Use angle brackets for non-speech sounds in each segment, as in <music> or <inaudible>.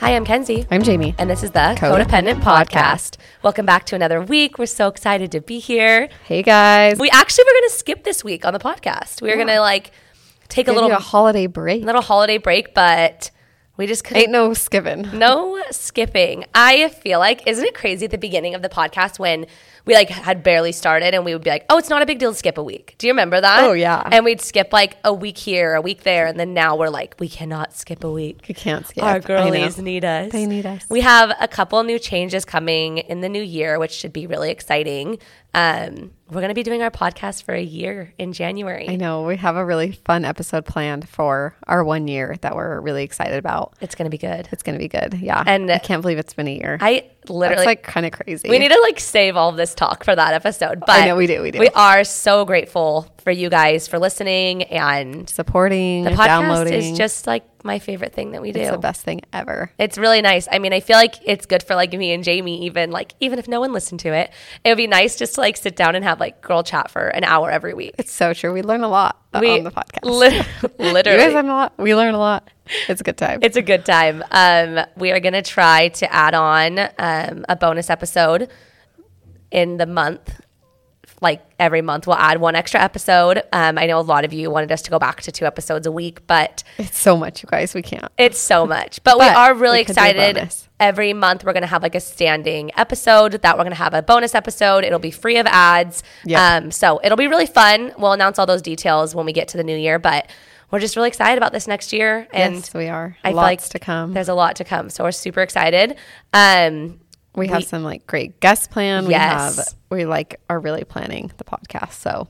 Hi, I'm Kenzie. I'm Jamie. And this is the Codependent, Codependent Podcast. Welcome back to another week. We're so excited to be here. Hey guys. We actually were going to skip this week on the podcast. We were going to like take a Give you little a holiday break. little holiday break, but we just couldn't. Ain't no skipping. No skipping. I feel like isn't it crazy at the beginning of the podcast when we like had barely started and we would be like, "Oh, it's not a big deal to skip a week." Do you remember that? Oh, yeah. And we'd skip like a week here, a week there, and then now we're like, we cannot skip a week. You can't skip. I Our know. girlies need us. They need us. We have a couple new changes coming in the new year, which should be really exciting. Um, we're going to be doing our podcast for a year in January. I know. We have a really fun episode planned for our one year that we're really excited about. It's going to be good. It's gonna be good. Yeah. And- I can't believe it's been a year. I That's literally like kind of crazy. We need to like save all of this talk for that episode. But know, we do, we do. We are so grateful for you guys for listening and supporting. the podcast downloading. is just like my favorite thing that we do. it's the best thing ever. It's really nice. I mean, I feel like it's good for like me and Jamie, even like even if no one listened to it, it would be nice just to like sit down and have like girl chat for an hour every week. It's so true. We learn a lot uh, We- on the podcast. lit- <laughs> you literally, guys learn a lot. We learn a lot. It's a good time. It's a good time. Um, we are going to try to add on um, a bonus episode in the month. Like every month, we'll add one extra episode. Um, I know a lot of you wanted us to go back to two episodes a week, but it's so much, you guys. We can't. it's so much. But, we But are really we could do a excited. bonus. Every month, we're going to have like a standing episode that we're going to have a bonus episode. It'll be free of ads. Yep. Um, so it'll be really fun. We'll announce all those details when we get to the new year, but we're just really excited about this next year. And yes, we are. I feel Lots like to come. there's a lot to come. So we're super excited. Um, We have some like great guest plan. Yes. We have we like are really planning the podcast. So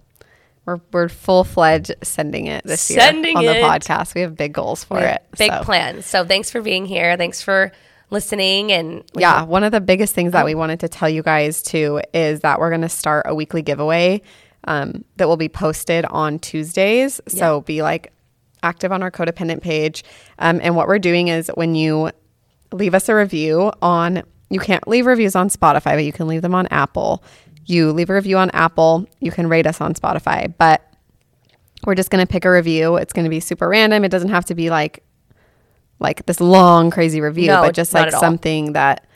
we're we're full fledged sending it this Sending year on it. the podcast. We have big goals for it. big so. plans. So thanks for being here. Thanks for listening. And we- Yeah, one of the biggest things Oh. that we wanted to tell you guys too is that we're going to start a weekly giveaway um, that will be posted on Tuesdays. So be like active on our codependent page. Um, and what we're doing is when you leave us a review on, you can't leave reviews on Spotify, but you can leave them on Apple. You leave a review on Apple, you can rate us on Spotify. But we're just going to pick a review. It's going to be super random. It doesn't have to be like like this long crazy review, No, but just not like at all. something that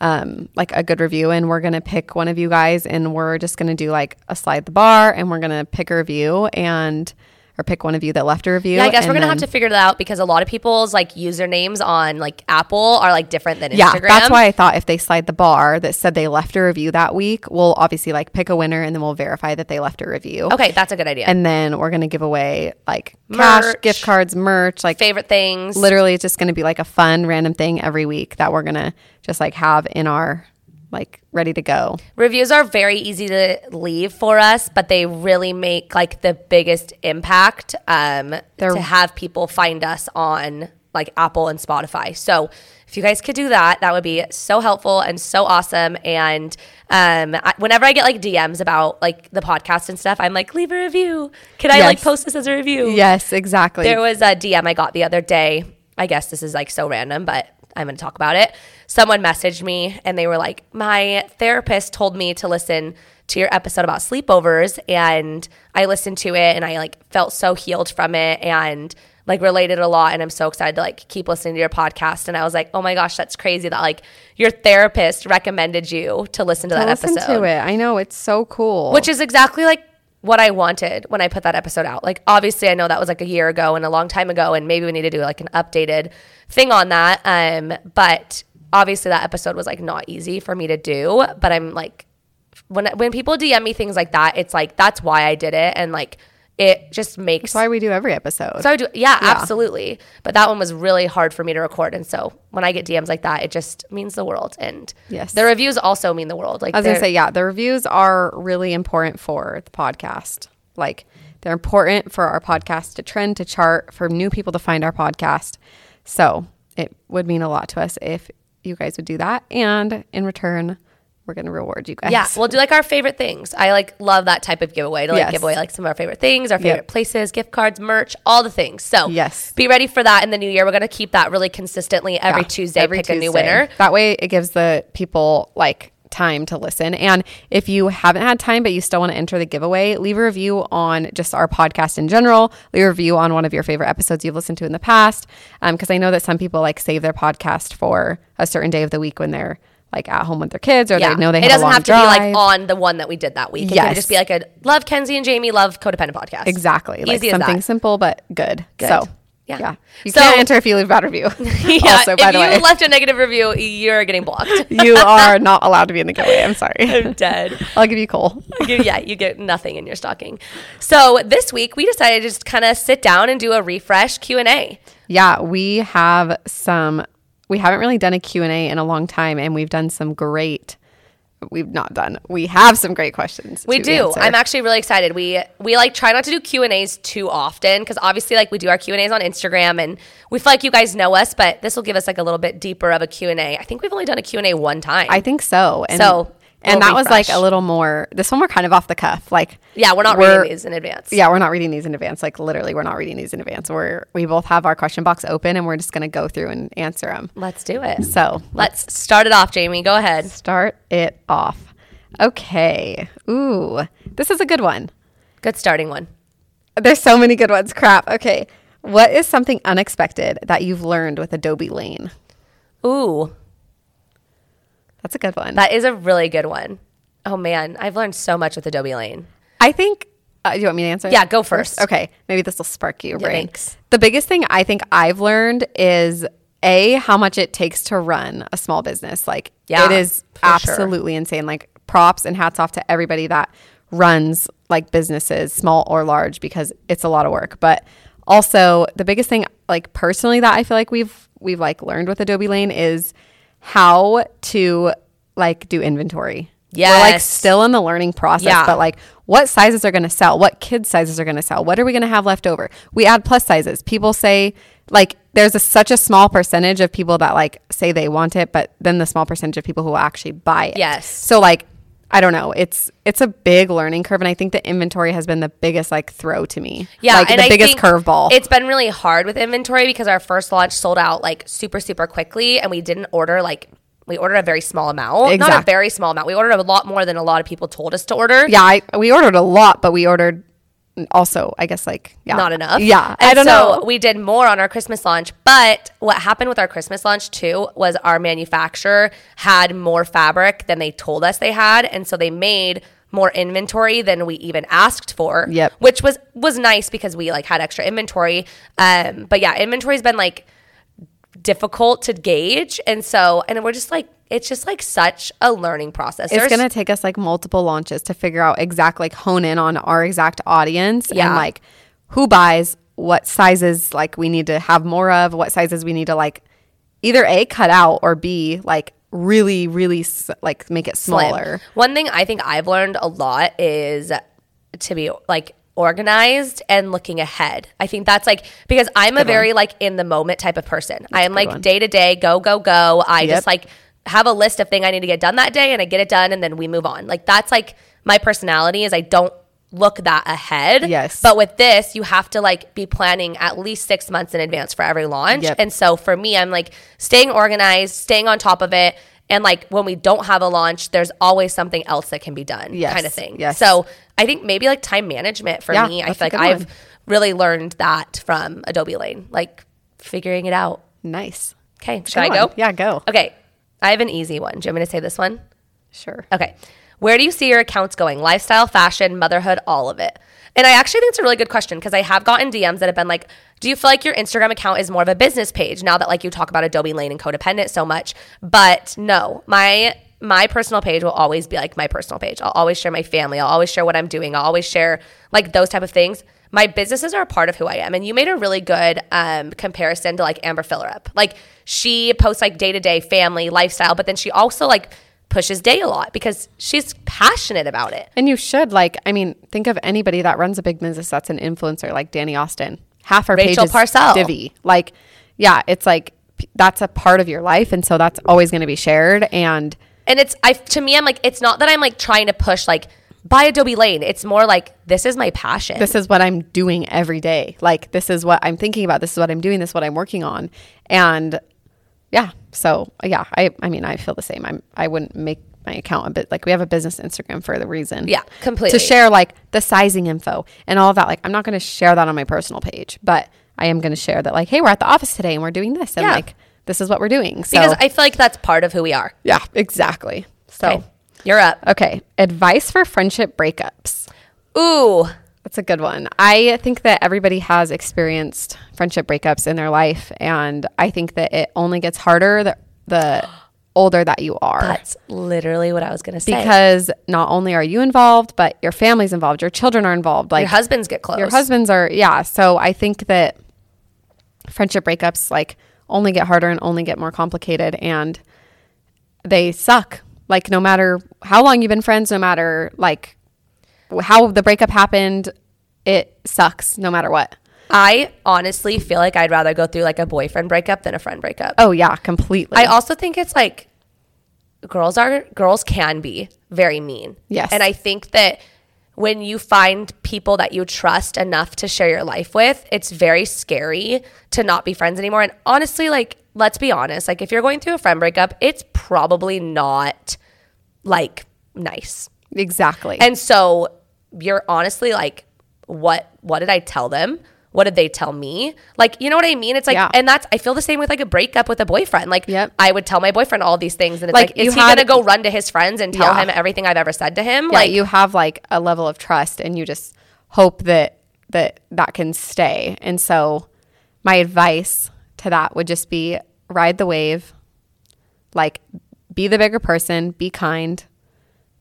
um like a good review and we're going to pick one of you guys and we're just going to do like a slide the bar and we're going to pick a review and or pick one of you that left a review. yeah, I guess and we're gonna have then- to figure that out because a lot of people's like usernames on like Apple are like different than yeah, Instagram. that's why I thought if they slide the bar that said they left a review that week, we'll obviously like pick a winner and then we'll verify that they left a review. Okay, that's a good idea. And And then we're going to give away like cash, Oh. Merch. gift cards, merch, like favorite things. literally it's just going to be like a fun random thing every week that we're going to just like have in our like ready to go. Reviews are very easy to leave for us, but they really make like the biggest impact um, to have people find us on like Apple and Spotify. So if you guys could do that, that would be so helpful and so awesome. And um, I, whenever I get like DMs about like the podcast and stuff, I'm like, leave a review. Can I like Yes. post this as a review? Yes, exactly. There was a DM I got the other day. I guess this is like so random, but I'm going to talk about it. Someone messaged me and they were like, My therapist told me to listen to your episode about sleepovers. And I listened to it and I like felt so healed from it and like related a lot. And I'm so excited to like keep listening to your podcast. And I was like, Oh my gosh, that's crazy that like your therapist recommended you to listen to that Listen episode. to it. I know it's so cool. Which is exactly like what I wanted when I put that episode out. Like, obviously, I know that was like a year ago and a long time ago, and maybe we need to do like an updated thing on that. Um, but obviously, that episode was like not easy for me to do. But I'm like, when when people DM me things like that, it's like that's why I did it, and like. it just makes That's why we do every episode. so I do, yeah, absolutely. But that one was really hard for me to record, and so when I get DMs like that, it just means the world. And Yes. the reviews also mean the world. Like I was gonna they're- say, yeah, the reviews are really important for the podcast. Like they're important for our podcast to trend, to chart, for new people to find our podcast. So it would mean a lot to us if you guys would do that. And in return, we're gonna reward you guys. yeah, we'll do like our favorite things. I like love that type of giveaway to like Yes. give away like some of our favorite things, our favorite Yep. places, gift cards, merch, all the things. So Yes. be ready for that in the new year. We're gonna keep that really consistently every Yeah, Tuesday. every pick a new Tuesday. winner. That way, it gives the people like time to listen. And if you haven't had time, but you still want to enter the giveaway, leave a review on just our podcast in general. Leave a review on one of your favorite episodes you've listened to in the past. Because I know that some people like save their podcast for a certain day of the week when they're like at home with their kids or they know they it have doesn't a long have to be like drive. on the one that we did that week. It can Yes. just be like a love Kenzie and Jamie love codependent podcast. Exactly. Easy like as something <laughs> that. simple but good. So Yeah. You So- can't enter if you leave a bad review. <laughs> Yeah, also, by if you the way. left a negative review, you're getting <laughs> blocked. <laughs> you are not allowed to be in the giveaway. I'm sorry. I'm dead. I'll give you coal. You- yeah, you get nothing in your stocking. So this week we decided to just kind of sit down and do a refresh Q and A. Yeah, we have some we haven't really done a Q&A in a long time and we've done some great we've not done. We have some great questions. We to do. answer. I'm actually really excited. We we like try not to do Q and A's too often because obviously like we do our Q and A's on Instagram and we feel like you guys know us, but this will give us like a little bit deeper of a Q and A. I think we've only done a Q and A one time. I think so. And So, and we'll that was like refresh. a little more this one we're kind of off the cuff. Like yeah, we're not reading these in advance. Yeah, we're not reading these in advance. Like literally we're not reading these in advance. We're we both have our question box open and we're just going to go through and answer them. let's do it. So, Let's start it off, Jamie. Go ahead. start it off. Okay. Ooh. This is a good one. Good starting one. There's so many good ones. Crap. Okay. What is something unexpected that you've learned with Adobe Lane? Ooh, That's a good one. that is a really good one. Oh man, I've learned so much with Adobe Lane. I think. Uh, do you want me to answer? Yeah, go first. Okay. Maybe this will spark your brain. thanks. The biggest thing I think I've learned is a how much it takes to run a small business. Like Yeah, it is for sure. absolutely insane. Like props and hats off to everybody that runs like businesses, small or large, because it's a lot of work. But also the biggest thing, like personally, that I feel like we've we've like learned with Adobe Lane is how to like do inventory. We're like Yes. still in the learning process, Yeah. but like what sizes are going to sell? What kid sizes are going to sell? What are we going to have left over? We add plus sizes. People say like there's a, such a small percentage of people that like say they want it, but then the small percentage of people who will actually buy it. Yes. So like I don't know. It's it's a big learning curve, and I think the inventory has been the biggest like throw to me. Yeah, like and the I biggest think curveball. It's been really hard with inventory because our first launch sold out like super super quickly, and we didn't order like we ordered a very small amount, not a Exact- very small amount. We ordered a lot more than a lot of people told us to order. yeah, I, we ordered a lot, but we ordered also I guess like yeah Not enough. Yeah, And I don't so know. We did more on our Christmas launch, but what happened with our Christmas launch too was our manufacturer had more fabric than they told us they had, and so they made more inventory than we even asked for. Yep. Which was was nice because we like had extra inventory. Um, but yeah, inventory's been like difficult to gauge, and so and we're just like it's just like such a learning process. it's There's- going to take us like multiple launches to figure out exact like hone in on our exact audience Yeah. and like who buys what sizes like we need to have more of what sizes we need to like either a cut out or b like really really s- like make it slim. smaller One thing I think I've learned a lot is to be like organized and looking ahead. I think that's like because I'm a very like in the moment type of person. I am like day to day, go go go. I just Yep. like have a list of thing I need to get done that day and I get it done and then we move on. Like that's like my personality is I don't look that ahead. Yes. But with this, you have to like be planning at least 6 months in advance for every launch. Yep. And and so for me, I'm like staying organized, staying on top of it. And like when we don't have a launch, there's always something else that can be done, Yes, kind of thing. yes. So I think maybe like time management for Yeah, me, I that's feel a like good I've one. really learned that from Adobe Lane, like figuring it out. nice Okay, should I Good one. go? yeah go Okay, I have an easy one. Do you want me to say this one? sure Okay. Where do you see your accounts going? Lifestyle, fashion, motherhood, all of it. And I actually think it's a really good question because I have gotten DMs that have been like, do you feel like your Instagram account is more of a business page now that like you talk about Adobe Lane and codependent so much? But no, my my personal page will always be like my personal page. I'll always share my family. I'll always share what I'm doing. I'll always share like those type of things. my businesses are a part of who I am. And you made a really good um, comparison to like Amber Fillerup. Like she posts like day to day family lifestyle, but then she also like pushes day a lot because she's passionate about it. And you should like, I mean, think of anybody that runs a big business that's an influencer, like Danny Austin. Half her Rachel page is Parcell. divvy. Like, yeah, it's like p- that's a part of your life, and so that's always going to be shared. And And it's I to me I'm like it's not that I'm like trying to push like buy Adobe Lane. It's more like this is my passion. this is what I'm doing every day. Like, this is what I'm thinking about. This is what I'm doing. This is what I'm working on. And yeah, so yeah, I, I mean, I feel the same. I'm, I wouldn't make my account a bit like we have a business Instagram for the reason. Yeah, completely. To share like the sizing info and all of that. Like, I'm not going to share that on my personal page, but I am going to share that like, hey, we're at the office today and we're doing this. And Yeah. like, this is what we're doing. So, because I feel like that's part of who we are. yeah, exactly. So, Okay. You're up. okay, advice for friendship breakups. Ooh. That's a good one. I think that everybody has experienced friendship breakups in their life, and I think that it only gets harder the, the older that you are. That's literally what I was gonna say. because not only are you involved, but your family's involved, your children are involved. Like your husbands get close. your husbands are, yeah. So I think that friendship breakups like only get harder and only get more complicated, and they suck. Like no matter how long you've been friends, no matter like w- how the breakup happened, it sucks no matter what. I honestly feel like I'd rather go through like a boyfriend breakup than a friend breakup. Oh yeah, completely. I also think it's like girls are girls can be very mean. Yes. And I think that when you find people that you trust enough to share your life with, it's very scary to not be friends anymore. And honestly, like let's be honest, like if you're going through a friend breakup, it's probably not like nice. exactly. And so you're honestly like, what what did I tell them? What did they tell me? Like, you know what I mean? It's like, Yeah. and that's, I feel the same with like a breakup with a boyfriend. Like, Yep. I would tell my boyfriend all these things, and it's like, Like, you is he had- going to go run to his friends and tell Yeah. him everything I've ever said to him? like like, you have like a level of trust and you just hope that that that can stay and so my advice to that would just be ride the wave like be the bigger person be kind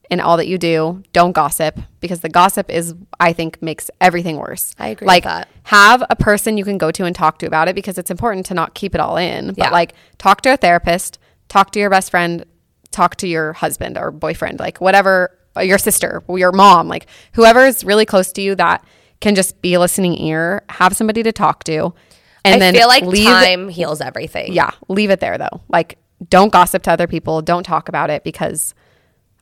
in all that you do don't gossip because the gossip is i think makes everything worse I agree with like that. have a person you can go to and talk to about it because it's important to not keep it all in but Yeah. like talk to a therapist talk to your best friend talk to your husband or boyfriend like whatever or your sister or your mom like whoever is really close to you that can just be a listening ear have somebody to talk to and I then feel like leave time heals everything. yeah, leave it there though. Like, don't gossip to other people. Don't talk about it because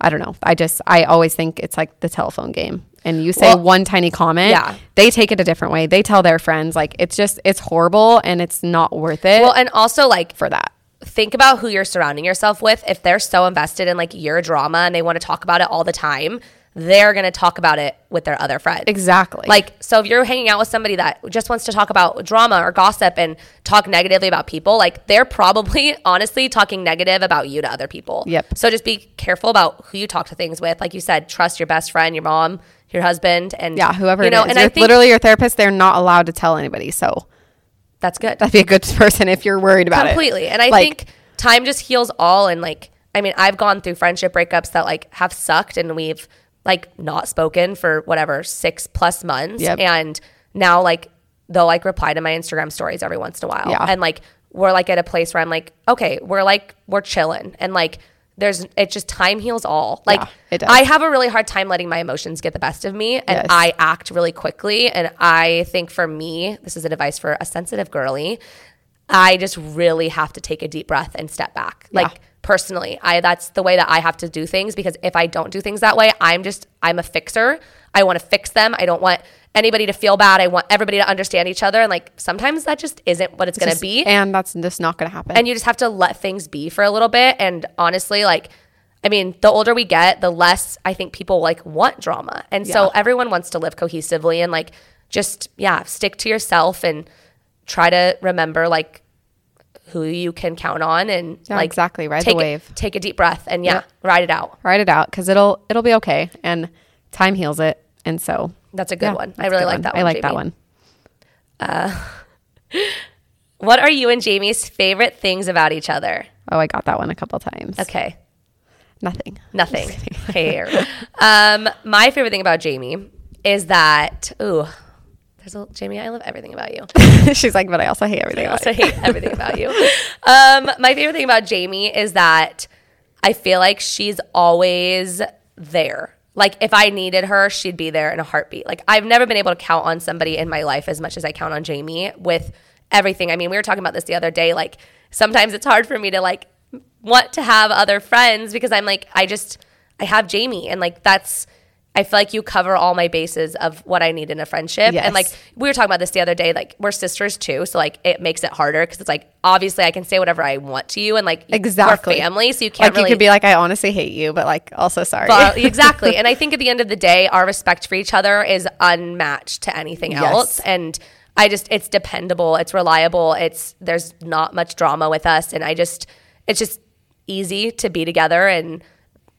I don't know. I just, I always think it's like the telephone game. And you say Well, one tiny comment, yeah. they take it a different way. They tell their friends, like, it's just, it's horrible and it's not worth it Well, and also like, for that. think about who you're surrounding yourself with. If they're so invested in like your drama and they want to talk about it all the time, they're going to talk about it with their other friends. Exactly. Like, so if you're hanging out with somebody that just wants to talk about drama or gossip and talk negatively about people, like they're probably <laughs> honestly talking negative about you to other people. Yep. So just be careful about who you talk to things with. Like you said, trust your best friend, your mom, your husband, and yeah, whoever you know. it is. And Your- I think literally your therapist, they're not allowed to tell anybody. So that's good. that'd be a good <laughs> person if you're worried about completely. it. And I Like, think time just heals all. And like, I mean, I've gone through friendship breakups that like have sucked and we've like not spoken for whatever six plus months. Yep. And now like they'll like reply to my Instagram stories every once in a while. Yeah. And like we're like at a place where I'm like, okay, we're like, we're chilling. And like, there's it just time heals all. Like Yeah, it does. I have a really hard time letting my emotions get the best of me and Yes. I act really quickly and I think for me, this is an advice for a sensitive girly, I just really have to take a deep breath and step back. Like personally, I that's the way that I have to do things because if I don't do things that way, I'm just I'm a fixer. I want to fix them. I don't want anybody to feel bad. I want everybody to understand each other and like sometimes that just isn't what it's, going to just- be And that's just not going to happen. and you just have to let things be for a little bit and honestly like i mean the older we get the less i think people like want drama and so everyone wants to live cohesively and like just yeah stick to yourself and try to remember like who you can count on and Yeah, like exactly. Ride the take a- wave. take a deep breath and yeah ride it out write it out because it'll, it'll be okay. And time heals it. And so that's a good Yeah, one i that's a really good like that one I like that Jamie. one. what are you and jamie's favorite things about each other Oh, I got that one a couple times. okay Nothing. <laughs> Nothing. Hair. um, my favorite thing about Jamie is that, ooh, there's Crystal, Jamie, I love everything about you. She's like, but I also hate everything. I else. also hate everything about <laughs> you. Um, my favorite thing about Jamie is that I feel like she's always there. Like if I needed her, she'd be there in a heartbeat. Like I've never been able to count on somebody in my life as much as I count on Jamie with everything. I mean, we were talking about this the other day. Like sometimes it's hard for me to like want to have other friends because I'm like I just I have Jamie and like that's I feel like you cover all my bases of what I need in a friendship. Yes. And like we were talking about this the other day, like we're sisters too. So like it makes it harder because it's like obviously I can say whatever I want to you and like Exactly. we're family. So you can't Like really you could be like, I honestly hate you, but like also sorry. <laughs> but- exactly. And I think at the end of the day, our respect for each other is unmatched to anything Yes. else. And I just, it's dependable, it's reliable, it's, there's not much drama with us. And I just, it's just easy to be together and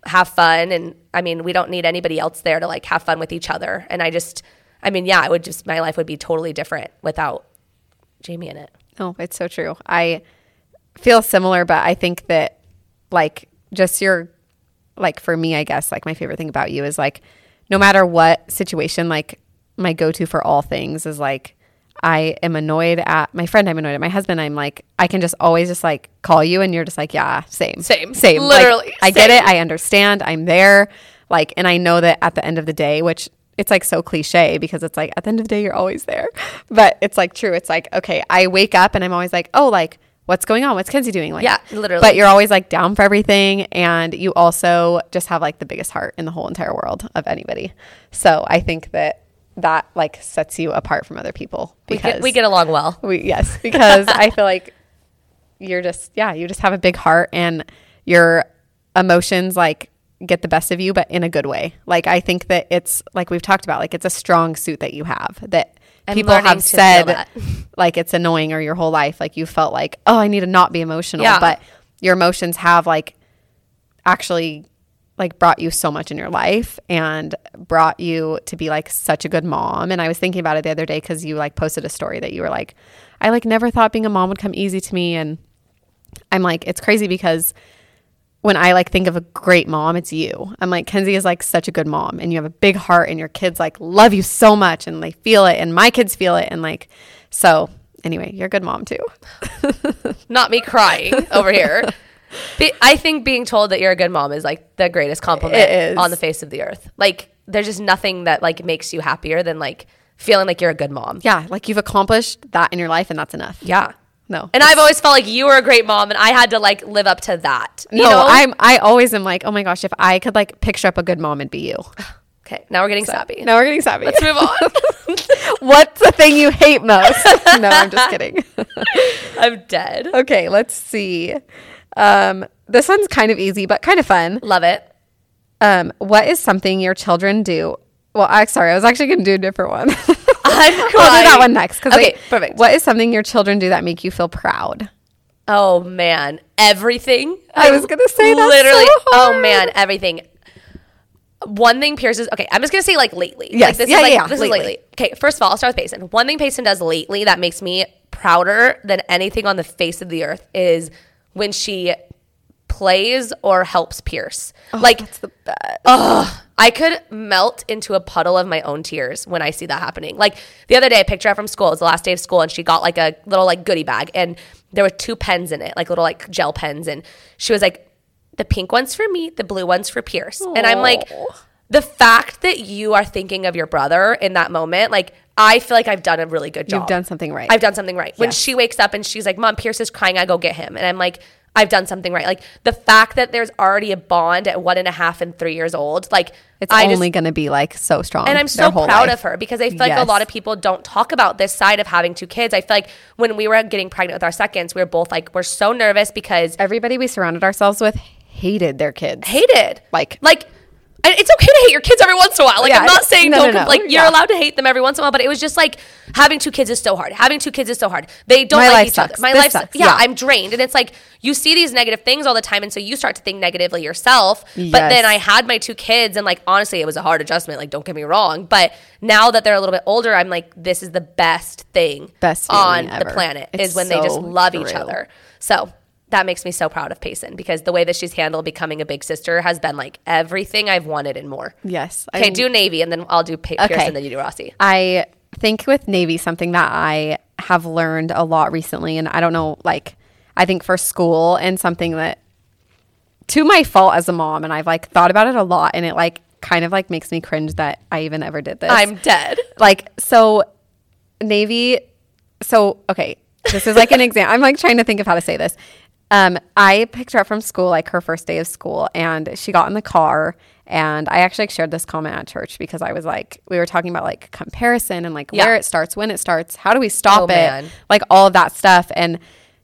have fun. And I mean, we don't need anybody else there to like have fun with each other. And I just, I mean, yeah, I would just, my life would be totally different without Jamie in it. No, it's so true. I feel similar, but I think that like just your like for me, I guess like my favorite thing about you is like no matter what situation, like my go-to for all things is like I am annoyed at my friend. I'm annoyed at my husband. I'm like I can just always just like call you, and you're just like yeah, same, Same. same. Like, Literally, I get same. it. I understand. I'm there. Like, and I know that at the end of the day, which it's like so cliche because it's like at the end of the day, you're always there. <laughs> But it's like true. It's like, okay, I wake up and I'm always like, oh, like, what's going on? What's Kenzie doing? Like, Yeah, literally. But you're always like down for everything. And you also just have like the biggest heart in the whole entire world of anybody. So I think that that like sets you apart from other people We because get, we get along well. we yes, because I feel like you're just yeah, you just have a big heart and your emotions like get the best of you, but in a good way. Like I think that it's like we've talked about, like it's a strong suit that you have that I'm people learning have to feel said that. like it's annoying or your whole life, like you felt like, oh, I need to not be emotional, Yeah. but your emotions have like actually like brought you so much in your life and brought you to be like such a good mom and i was thinking about it the other day because you like posted a story that you were like i like never thought being a mom would come easy to me and i'm like it's crazy because when i like think of a great mom it's you i'm like kenzie is like such a good mom and you have a big heart and your kids like love you so much and they feel it and my kids feel it and like so anyway you're a good mom too not me crying over here. Be- I think being told that you're a good mom is like the greatest It is. compliment on the face of the earth. Like there's just nothing that like makes you happier than like feeling like you're a good mom. yeah like you've accomplished that in your life and that's enough Yeah. no And I've always felt like you were a great mom and I had to like live up to that. You No, know? I'm. I always am like, oh my gosh, if I could like picture up a good mom, it'd be you. Okay, now we're getting sappy. Now we're getting savvy. <laughs> Let's move on. What's the thing you <laughs> hate most? no, I'm just kidding. I'm dead. okay, let's see. Um, this one's kind of easy, but kind of fun. Love it. Um, what is something your children do? Well, I sorry, I was actually gonna do a different one. <laughs> I'm I'll crying. do that one next. 'cause, Okay, like, perfect. What is something your children do that make you feel proud? Oh man, everything. I was gonna say that's literally. so Oh hard. man, everything. One thing Pierce is okay. I'm just gonna say like lately. Yes. Like, this Yeah, is like, yeah, yeah, This lately. is lately. Okay. First of all, I'll start with Payson. One thing Payson does lately that makes me prouder than anything on the face of the earth is when she plays or helps Pierce. like Oh, That's the best. I could melt into a puddle of my own tears when I see that happening. Like the other day, I picked her up from school. It was the last day of school, and she got like a little like goodie bag, and there were two pens in it, like little like gel pens, and she was like, "The pink one's for me, the blue one's for Pierce," and I'm like. The fact that you are thinking of your brother in that moment, like I feel like I've done a really good job. You've done something right. I've done something right. When she wakes up and she's like, Mom, Pierce is crying, I go get him. And I'm like, I've done something right. Like the fact that there's already a bond at one and a half and three years old, like It's only gonna be like so strong. and I'm so proud of her because I feel like a Yes. lot of people don't talk about this side of having two kids. I feel like when we were getting pregnant with our seconds, we were both like, we're so nervous because Everybody we surrounded ourselves with hated their kids. hated. Like- like and it's okay to hate your kids every once in a while. Like Yeah, I'm I not know. saying No, don't no, com- no. like you're Yeah. allowed to hate them every once in a while, but it was just like having two kids is so hard. Having two kids is so hard. They don't My like life each sucks. other. My This life sucks. Yeah, Yeah. I'm drained. And it's like you see these negative things all the time and so you start to think negatively yourself. But Yes. then I had my two kids and like honestly it was a hard adjustment, like don't get me wrong, but now that they're a little bit older, I'm like this is the best thing Best feeling on the ever. planet is It's when they just so love each true. other. So that makes me so proud of Payson because the way that she's handled becoming a big sister has been like everything I've wanted and more. Yes. Okay, I- do Navy and then I'll do pa- Pierce Okay. and then you do Rossi. I think with Navy, something that I have learned a lot recently, and I don't know, like, I think for school and something that to my fault as a mom, and I've like thought about it a lot, and it like kind of like makes me cringe that I even ever did this. I'm dead. like, so Navy, so okay, this is like an example. I'm like trying to think of how to say this. Um, I picked her up from school like her first day of school, and she got in the car. And I actually like, shared this comment at church because I was like, we were talking about like comparison and like Yeah. where it starts, when it starts, how do we stop Oh, it, man. like all of that stuff. And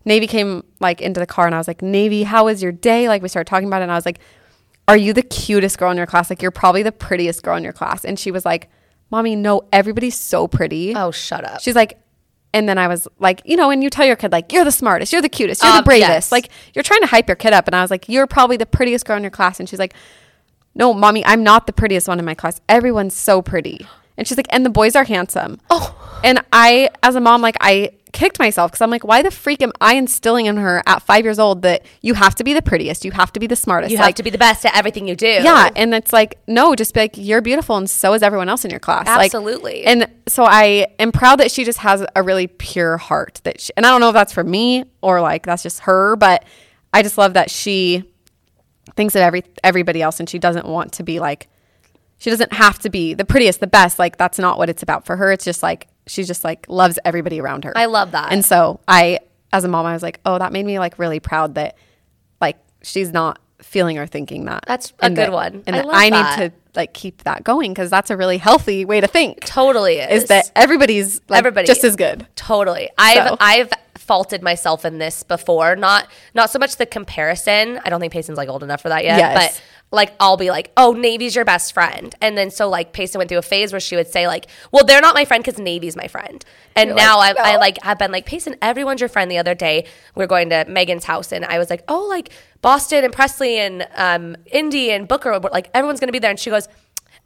Navy came like into the car, and I was like, Navy, how was your day? Like we started talking about it, and I was like, Are you the cutest girl in your class? Like you're probably the prettiest girl in your class. And she was like, Mommy, no, everybody's so pretty. Oh, shut up. She's like, and then I was like, you know, when you tell your kid, like, you're the smartest, you're the cutest, you're the Um, bravest, yes. like, you're trying to hype your kid up. And I was like, you're probably the prettiest girl in your class. And she's like, no, mommy, I'm not the prettiest one in my class. Everyone's so pretty. And she's like, and the boys are handsome. Oh. And I, as a mom, like, I kicked myself because I'm like, why the freak am I instilling in her at five years old that you have to be the prettiest, you have to be the smartest? you like, have to be the best at everything you do. yeah, and it's like no, just be like you're beautiful, and so is everyone else in your class. Like, Absolutely. and so I am proud that she just has a really pure heart. That she, and I don't know if that's for me or like that's just her, but I just love that she thinks of every everybody else, and she doesn't want to be like she doesn't have to be the prettiest, the best. Like that's not what it's about for her. It's just like she just like loves everybody around her. I love that. And so I, as a mom, I was like, oh, that made me like really proud that like she's not feeling or thinking that. That's a And good that- one. And I that love I that. need to like keep that going because that's a really healthy way to think. Totally is, is. that everybody's like, Everybody. just as good. Totally. I've So- I've faulted myself in this before. Not not so much the comparison. I don't think Payson's like old enough for that yet. Yes. But like I'll be like, oh, Navy's your best friend, and then so like Payson went through a phase where she would say like, well, they're not my friend because Navy's my friend, and now I, I like have been like Payson, everyone's your friend. The other day we are going to Megan's house, and I was like, oh, like Boston and Presley and um, Indy and Booker, but, like everyone's gonna be there, and she goes.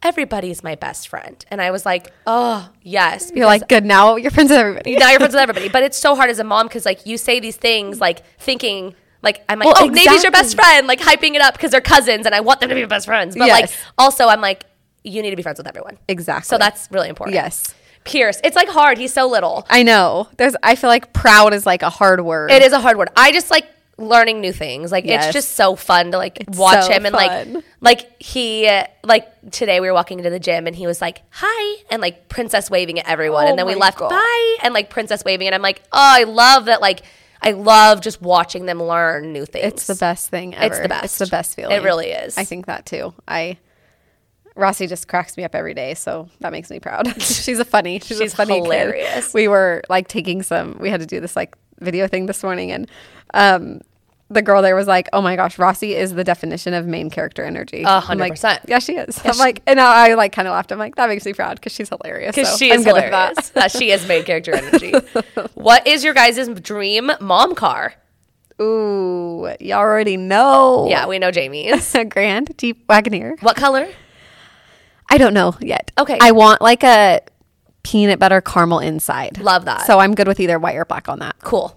Everybody's my best friend. And I was like, oh, yes. You're like good now. You're friends with everybody. now you're friends with everybody. But it's so hard as a mom because like you say these things like thinking like I'm like Well, oh Navy's your best friend exactly. like hyping it up because they're cousins and I want them to be best friends. But like Yes. also I'm like you need to be friends with everyone. Exactly. So that's really important. Yes. Pierce. It's like hard. He's so little. I know. There's. I feel like proud is like a hard word. It is a hard word. I just like learning new things. Like it's Yes. just so fun to like watch so him and fun. like like he uh, like today we were walking into the gym and he was like hi and like princess waving at everyone Oh and then we my left God. bye and like princess waving and I'm like oh I love that like I love just watching them learn new things. It's the best thing ever. the best. It's the best It feeling. really is. I think that too. I Rossi just cracks me up every day, so that makes me proud. <laughs> she's a funny. She's, She's a funny kid. hilarious. We were like taking some. We had to do this like video thing this morning, and um, the girl there was like, "Oh my gosh, Rossi is the definition of main character energy." A I'm hundred like, percent. Yeah, she is. I'm like, and I, I like kind of laughed. I'm like, that makes me proud because she's hilarious. because so she I'm is good with that. hilarious. <laughs> Uh, she is main <laughs> character energy. what is your guys' dream mom car? Ooh, you already know. Yeah, we know <laughs> Jamie's. a grand Jeep Wagoneer. What color? I don't know yet. Okay. I want like a peanut butter caramel inside. Love that. So I'm good with either white or black on that. Cool.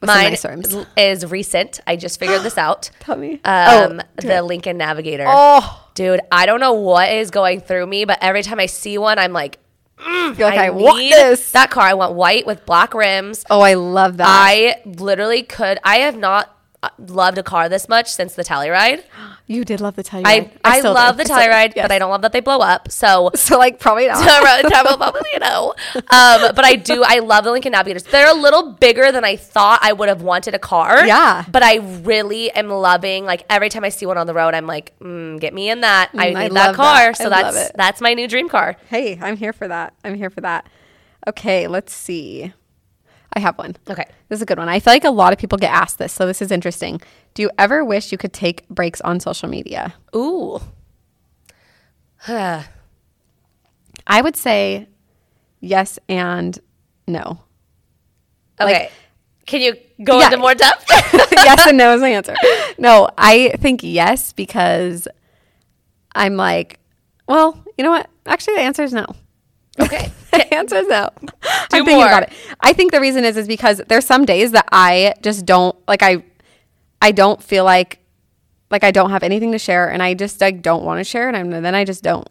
With some Mine nice rims. l- is recent. I just figured <gasps> this out. Tell me. Um, the Lincoln Navigator. Uh, Oh, Dude, I don't know what is going through me, but every time I see one, I'm like, I feel like I, I, want need this. that car. I want white with black rims. oh, I love that. I literally could. I have not uh, loved a car this much since the Telluride. you did love the Telluride. I, I, still love do. the I still do. Telluride, Yes. but I don't love that they blow up. So <laughs> So like probably <laughs> not. Travel bubble, you know. Um, but I do. I love the Lincoln Navigators. They're a little bigger than I thought I would have wanted a car. Yeah. But I really am loving. Like every time I see one on the road, I'm like, mm, get me in that. I Mm, I need that love car. that. I So love that's it. that's my new dream car. hey, I'm here for that. I'm here for that. Okay, let's see. I have one. Okay. This is a good one. I feel like a lot of people get asked this, so this is interesting. Do you ever wish you could take breaks on social media? Ooh. <sighs> Huh. I would say yes and no. okay. Can you go Yeah. into more depth? <laughs> <laughs> yes and no is my answer. No, I think yes because I'm like, well, you know what? Actually, the answer is no. <laughs> okay. The answer is no. I'm Do thinking more. about it. I think the reason is is because there's some days that I just don't like I I don't feel like like I don't have anything to share and I just like don't want to share and I'm, then I just don't.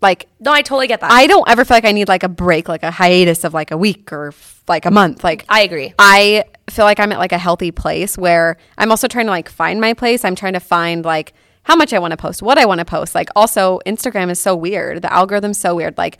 Like No, I totally get that. I don't ever feel like I need like a break, like a hiatus of like a week or f- like a month. Like I agree. I feel like I'm at like a healthy place where I'm also trying to like find my place. I'm trying to find like how much I want to post, what I want to post. Like also Instagram is so weird. The algorithm's so weird. Like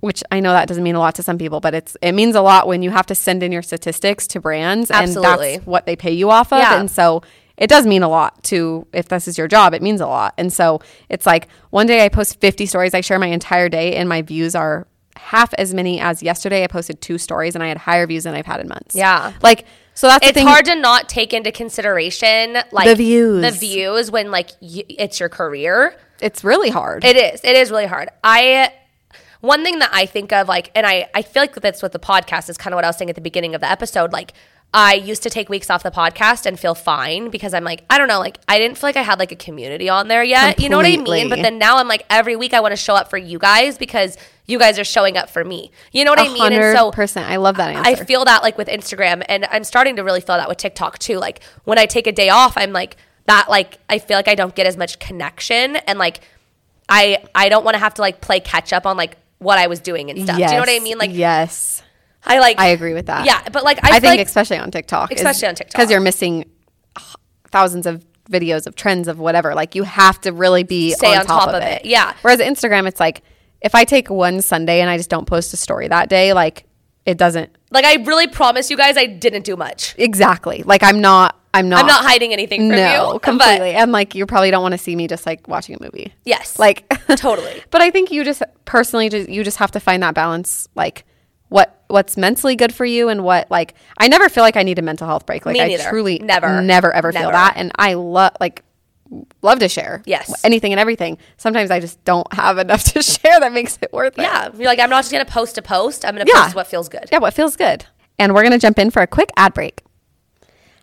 which I know that doesn't mean a lot to some people, but it's it means a lot when you have to send in your statistics to brands and Absolutely. that's what they pay you off of. Yeah. And so it does mean a lot to if this is your job, it means a lot. And so it's like one day I post 50 stories, I share my entire day and my views are half as many as yesterday I posted two stories and I had higher views than I've had in months. Yeah. Like so that's the it's thing hard to not take into consideration like The views. the views when like y- it's your career. it's really hard. It is. It is really hard. I one thing that I think of like and I I feel like that's what the podcast is kind of what I was saying at the beginning of the episode like I used to take weeks off the podcast and feel fine because I'm like I don't know like I didn't feel like I had like a community on there yet. You know what I mean? But Completely. then now I'm like every week I want to show up for you guys because you guys are showing up for me. You know what I mean? And so percent. I love that answer. I feel that like with Instagram, and I'm starting to really feel that with TikTok too. Like when I take a day off, I'm like that. Like I feel like I don't get as much connection, and like I I don't want to have to like play catch up on like what I was doing and stuff. Do you know what I Yes. mean? Like yes, I like I agree with that. Yeah, but like I, I, feel think like, especially on TikTok, Especially on TikTok. because you're missing h- thousands of videos of trends of whatever. Like you have to really be Stay on, top, of it. yeah. Whereas Instagram, it's like if I take one Sunday and I just don't post a story that day, like it doesn't like I really promise you guys I didn't do much. exactly. Like I'm not. I'm not. I'm not hiding anything from you. no, but- completely. and like you probably don't want to see me just like watching a movie. yes. Like <laughs> Totally. But I think you just personally just, you just have to find that balance like what what's mentally good for you and what like I never feel like I need a mental health break. Like Me I neither. truly Never. never ever Never. feel that and I love like love to share. Yes. Anything and everything. Sometimes I just don't have enough <laughs> to share that makes it worth it. yeah. You're like I'm not just gonna post a post. I'm gonna Yeah. post what feels good. Yeah, what feels good. And we're going to jump in for a quick ad break.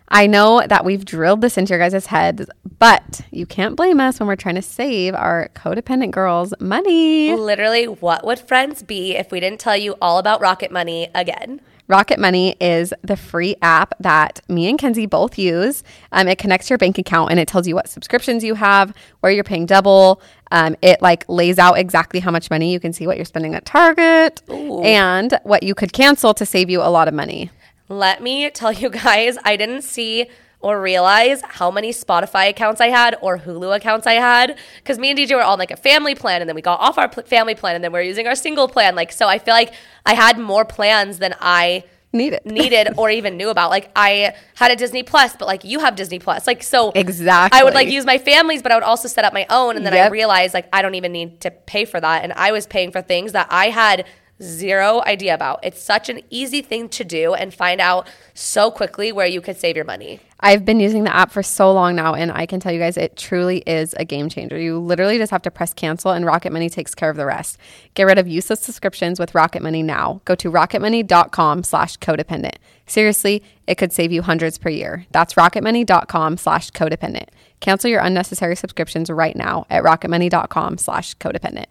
I know that we've drilled this into your guys' heads, but you can't blame us when we're trying to save our codependent girls money. Literally, what would friends be if we didn't tell you all about Rocket Money again? Rocket Money is the free app that me and Kenzie both use. Um, it connects to your bank account and it tells you what subscriptions you have, where you're paying double. Um, it like lays out exactly how much money you can see what you're spending at Target and what you could cancel to save you a lot of money. Let me tell you guys, I didn't see or realize how many Spotify accounts I had or Hulu accounts I had because me and DJ were on like a family plan and then we got off our pl- family plan and then we are using our single plan. Like, so I feel like I had more plans than I Need it. needed or even knew about. Like, I had a Disney Plus, but like you have Disney Plus. Like, so Exactly. I would like use my family's, but I would also set up my own. And then I Yep. realized like I don't even need to pay for that. And I was paying for things that I had zero idea about. It's such an easy thing to do and find out so quickly where you could save your money. I've been using the app for so long now, and I can tell you guys it truly is a game changer. You literally just have to press cancel, and Rocket Money takes care of the rest. Get rid of useless subscriptions with Rocket Money now. Go to rocketmoney.com slash codependent. Seriously, it could save you hundreds per year. That's rocketmoney.com slash codependent. Cancel your unnecessary subscriptions right now at rocketmoney.com slash codependent.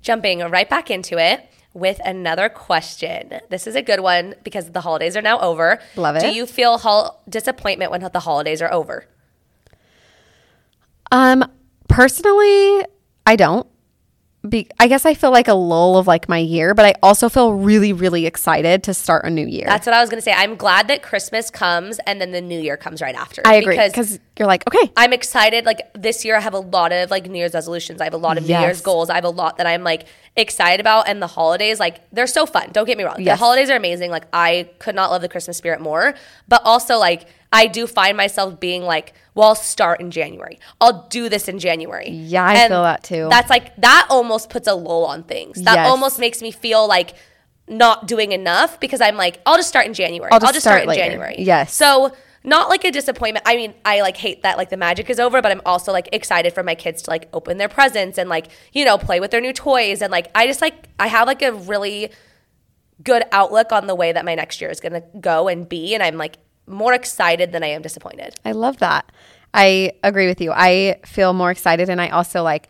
Jumping right back into it with another question. This is a good one because the holidays are now over. Love it. Do you feel hol- disappointment when the holidays are over? Um, personally, I don't. Be- I guess I feel like a lull of like my year, but I also feel really, really excited to start a new year. That's what I was going to say. I'm glad that Christmas comes and then the new year comes right after. I agree Because because you're like, okay, I'm excited. Like this year, I have a lot of like New Year's resolutions. I have a lot of New Year's Yes. goals. I have a lot that I'm like excited about. And the holidays, like they're so fun. Don't get me wrong. Yes. The holidays are amazing. Like I could not love the Christmas spirit more. But also, like I do find myself being like, well, I'll start in January. I'll do this in January. Yeah, I feel that too. That's like that almost puts a lull on things. That Yes. almost makes me feel like not doing enough because I'm like, I'll just start in January. I'll I'll just, just start, start in later. January. Yes. So not like a disappointment. I mean, I like hate that like the magic is over, but I'm also like excited for my kids to like open their presents and like, you know, play with their new toys and like I just like I have like a really good outlook on the way that my next year is going to go and be and I'm like more excited than I am disappointed. I love that. I agree with you. I feel more excited, and I also like,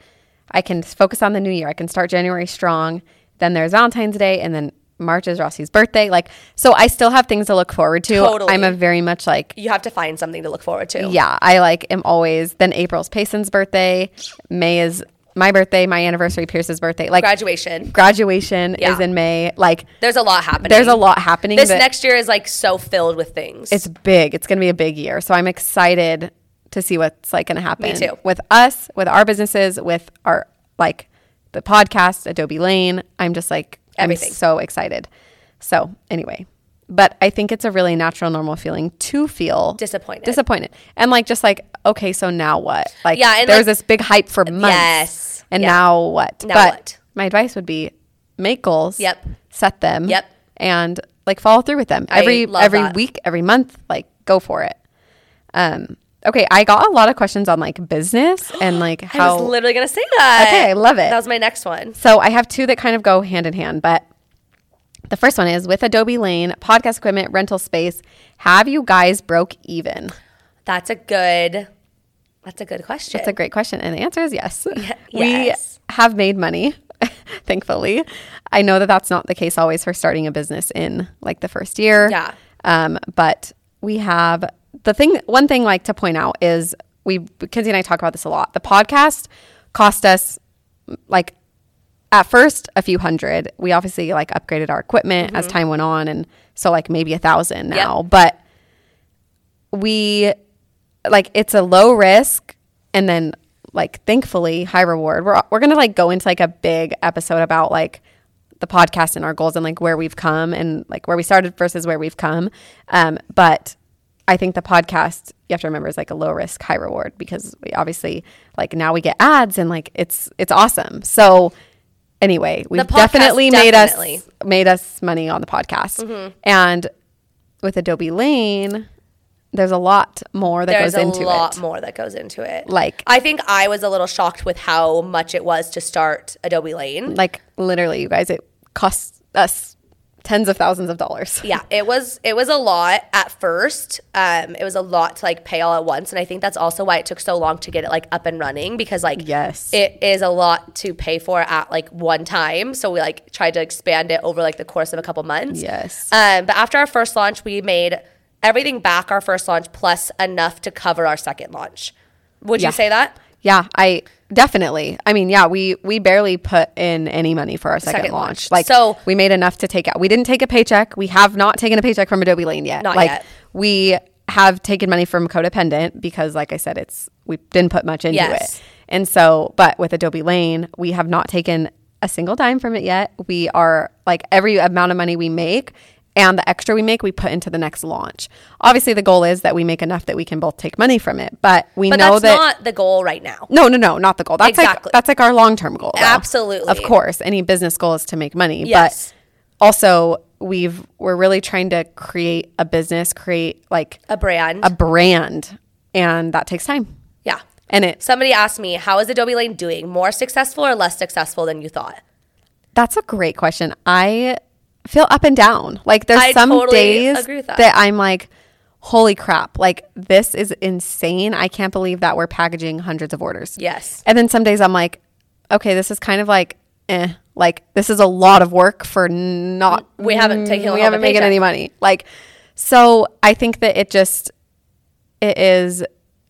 I can focus on the new year. I can start January strong. Then there's Valentine's Day, and then March is Rossi's birthday. Like, so I still have things to look forward to. Totally. I'm a very much like You have to find something to look forward to. Yeah, I like am always. Then April's Payson's birthday. May is my birthday, my anniversary, Pierce's birthday. Like Graduation. graduation Yeah. is in May. Like There's a lot happening. there's a lot happening. This that- next year is like so filled with things. it's big. It's going to be a big year. So I'm excited to see what's like going to happen. too. With us, with our businesses, with our like the podcast, Adobe Lane. I'm just like Everything. I'm so excited. So anyway, but I think it's a really natural, normal feeling to feel Disappointed. disappointed, and like just like okay, so now what? Like Yeah, and, there was like- this big hype for months, Yes. and Yeah. now what? Now but what? my advice would be make goals. Yep. Set them. Yep. And like follow through with them I every love every that. week, every month, like go for it. Um okay, I got a lot of questions on like <gasps> business and like I was how literally gonna say that. Okay, I love it. That was my next one. So I have two that kind of go hand in hand, but the first one is with Adobe Lane, podcast equipment, rental space, have you guys broke even? That's a good. That's a good question. That's a great question. And the answer <laughs> is yes. yes. We have made money, <laughs> thankfully. I know that that's not the case always for starting a business in like the first year. Yeah. Um, but we have the thing, one thing like to point out is we, Kinsey and I talk about this a lot. The podcast cost us like at first a few hundred. We obviously like upgraded our equipment Mm-hmm. as time went on. And so like maybe a thousand now, but we like it's a low risk and then like thankfully high reward we're, we're gonna like go into like a big episode about like the podcast and our goals and like where we've come and like where we started versus where we've come um, but i think the podcast you have to remember is like a low risk high reward because we obviously like now we get ads and like it's it's awesome so anyway we've podcast definitely made definitely. Mm-hmm. us made us money on the podcast and with adobe lane there's a lot more that There's a goes into lot it. more that goes into it. Like- I think I was a little shocked with how much it was to start Adobe Lane. Like literally, you guys, it costs us tens of thousands of dollars. yeah it was it was a lot at first um it was a lot to like pay all at once and i think that's also why it took so long to get it like up and running because like Yes. it is a lot to pay for at like one time so we like tried to expand it over like the course of a couple months Yes. um but after our first launch we made everything back our first launch plus enough to cover our second launch would Yeah. you say that Yeah, I definitely. I mean, yeah, we we barely put in any money for our second, Second launch. launch. Like, So- we made enough to take out. We didn't take a paycheck. We have not taken a paycheck from Adobe Lane yet. Not like, yet. we have taken money from Codependent because, like I said, it's we didn't put much into Yes. it. And so, but with Adobe Lane, we have not taken a single dime from it yet. We are like every amount of money we make and the extra we make, we put into the next launch. Obviously, the goal is that we make enough that we can both take money from it. But we but know that's that not the goal right now no, no, no, not the goal. That's Exactly. like that's like our long term goal. though. Absolutely. Of course. Any business goal is to make money. Yes. But also we've we're really trying to create a business, create like a brand a brand. And that takes time. yeah And it somebody asked me how is adobe lane doing more successful or less successful than you thought that's a great question. I feel up and down. Like there's I some totally days agree with that. I'm like, holy crap, like this is insane. I can't believe that we're packaging hundreds of orders. Yes. And then some days I'm like, okay, this is kind of like, eh, like this is a lot of work for not. mm, We haven't taken We home a haven't making paycheck. any money. Like, so I think that it just, it is,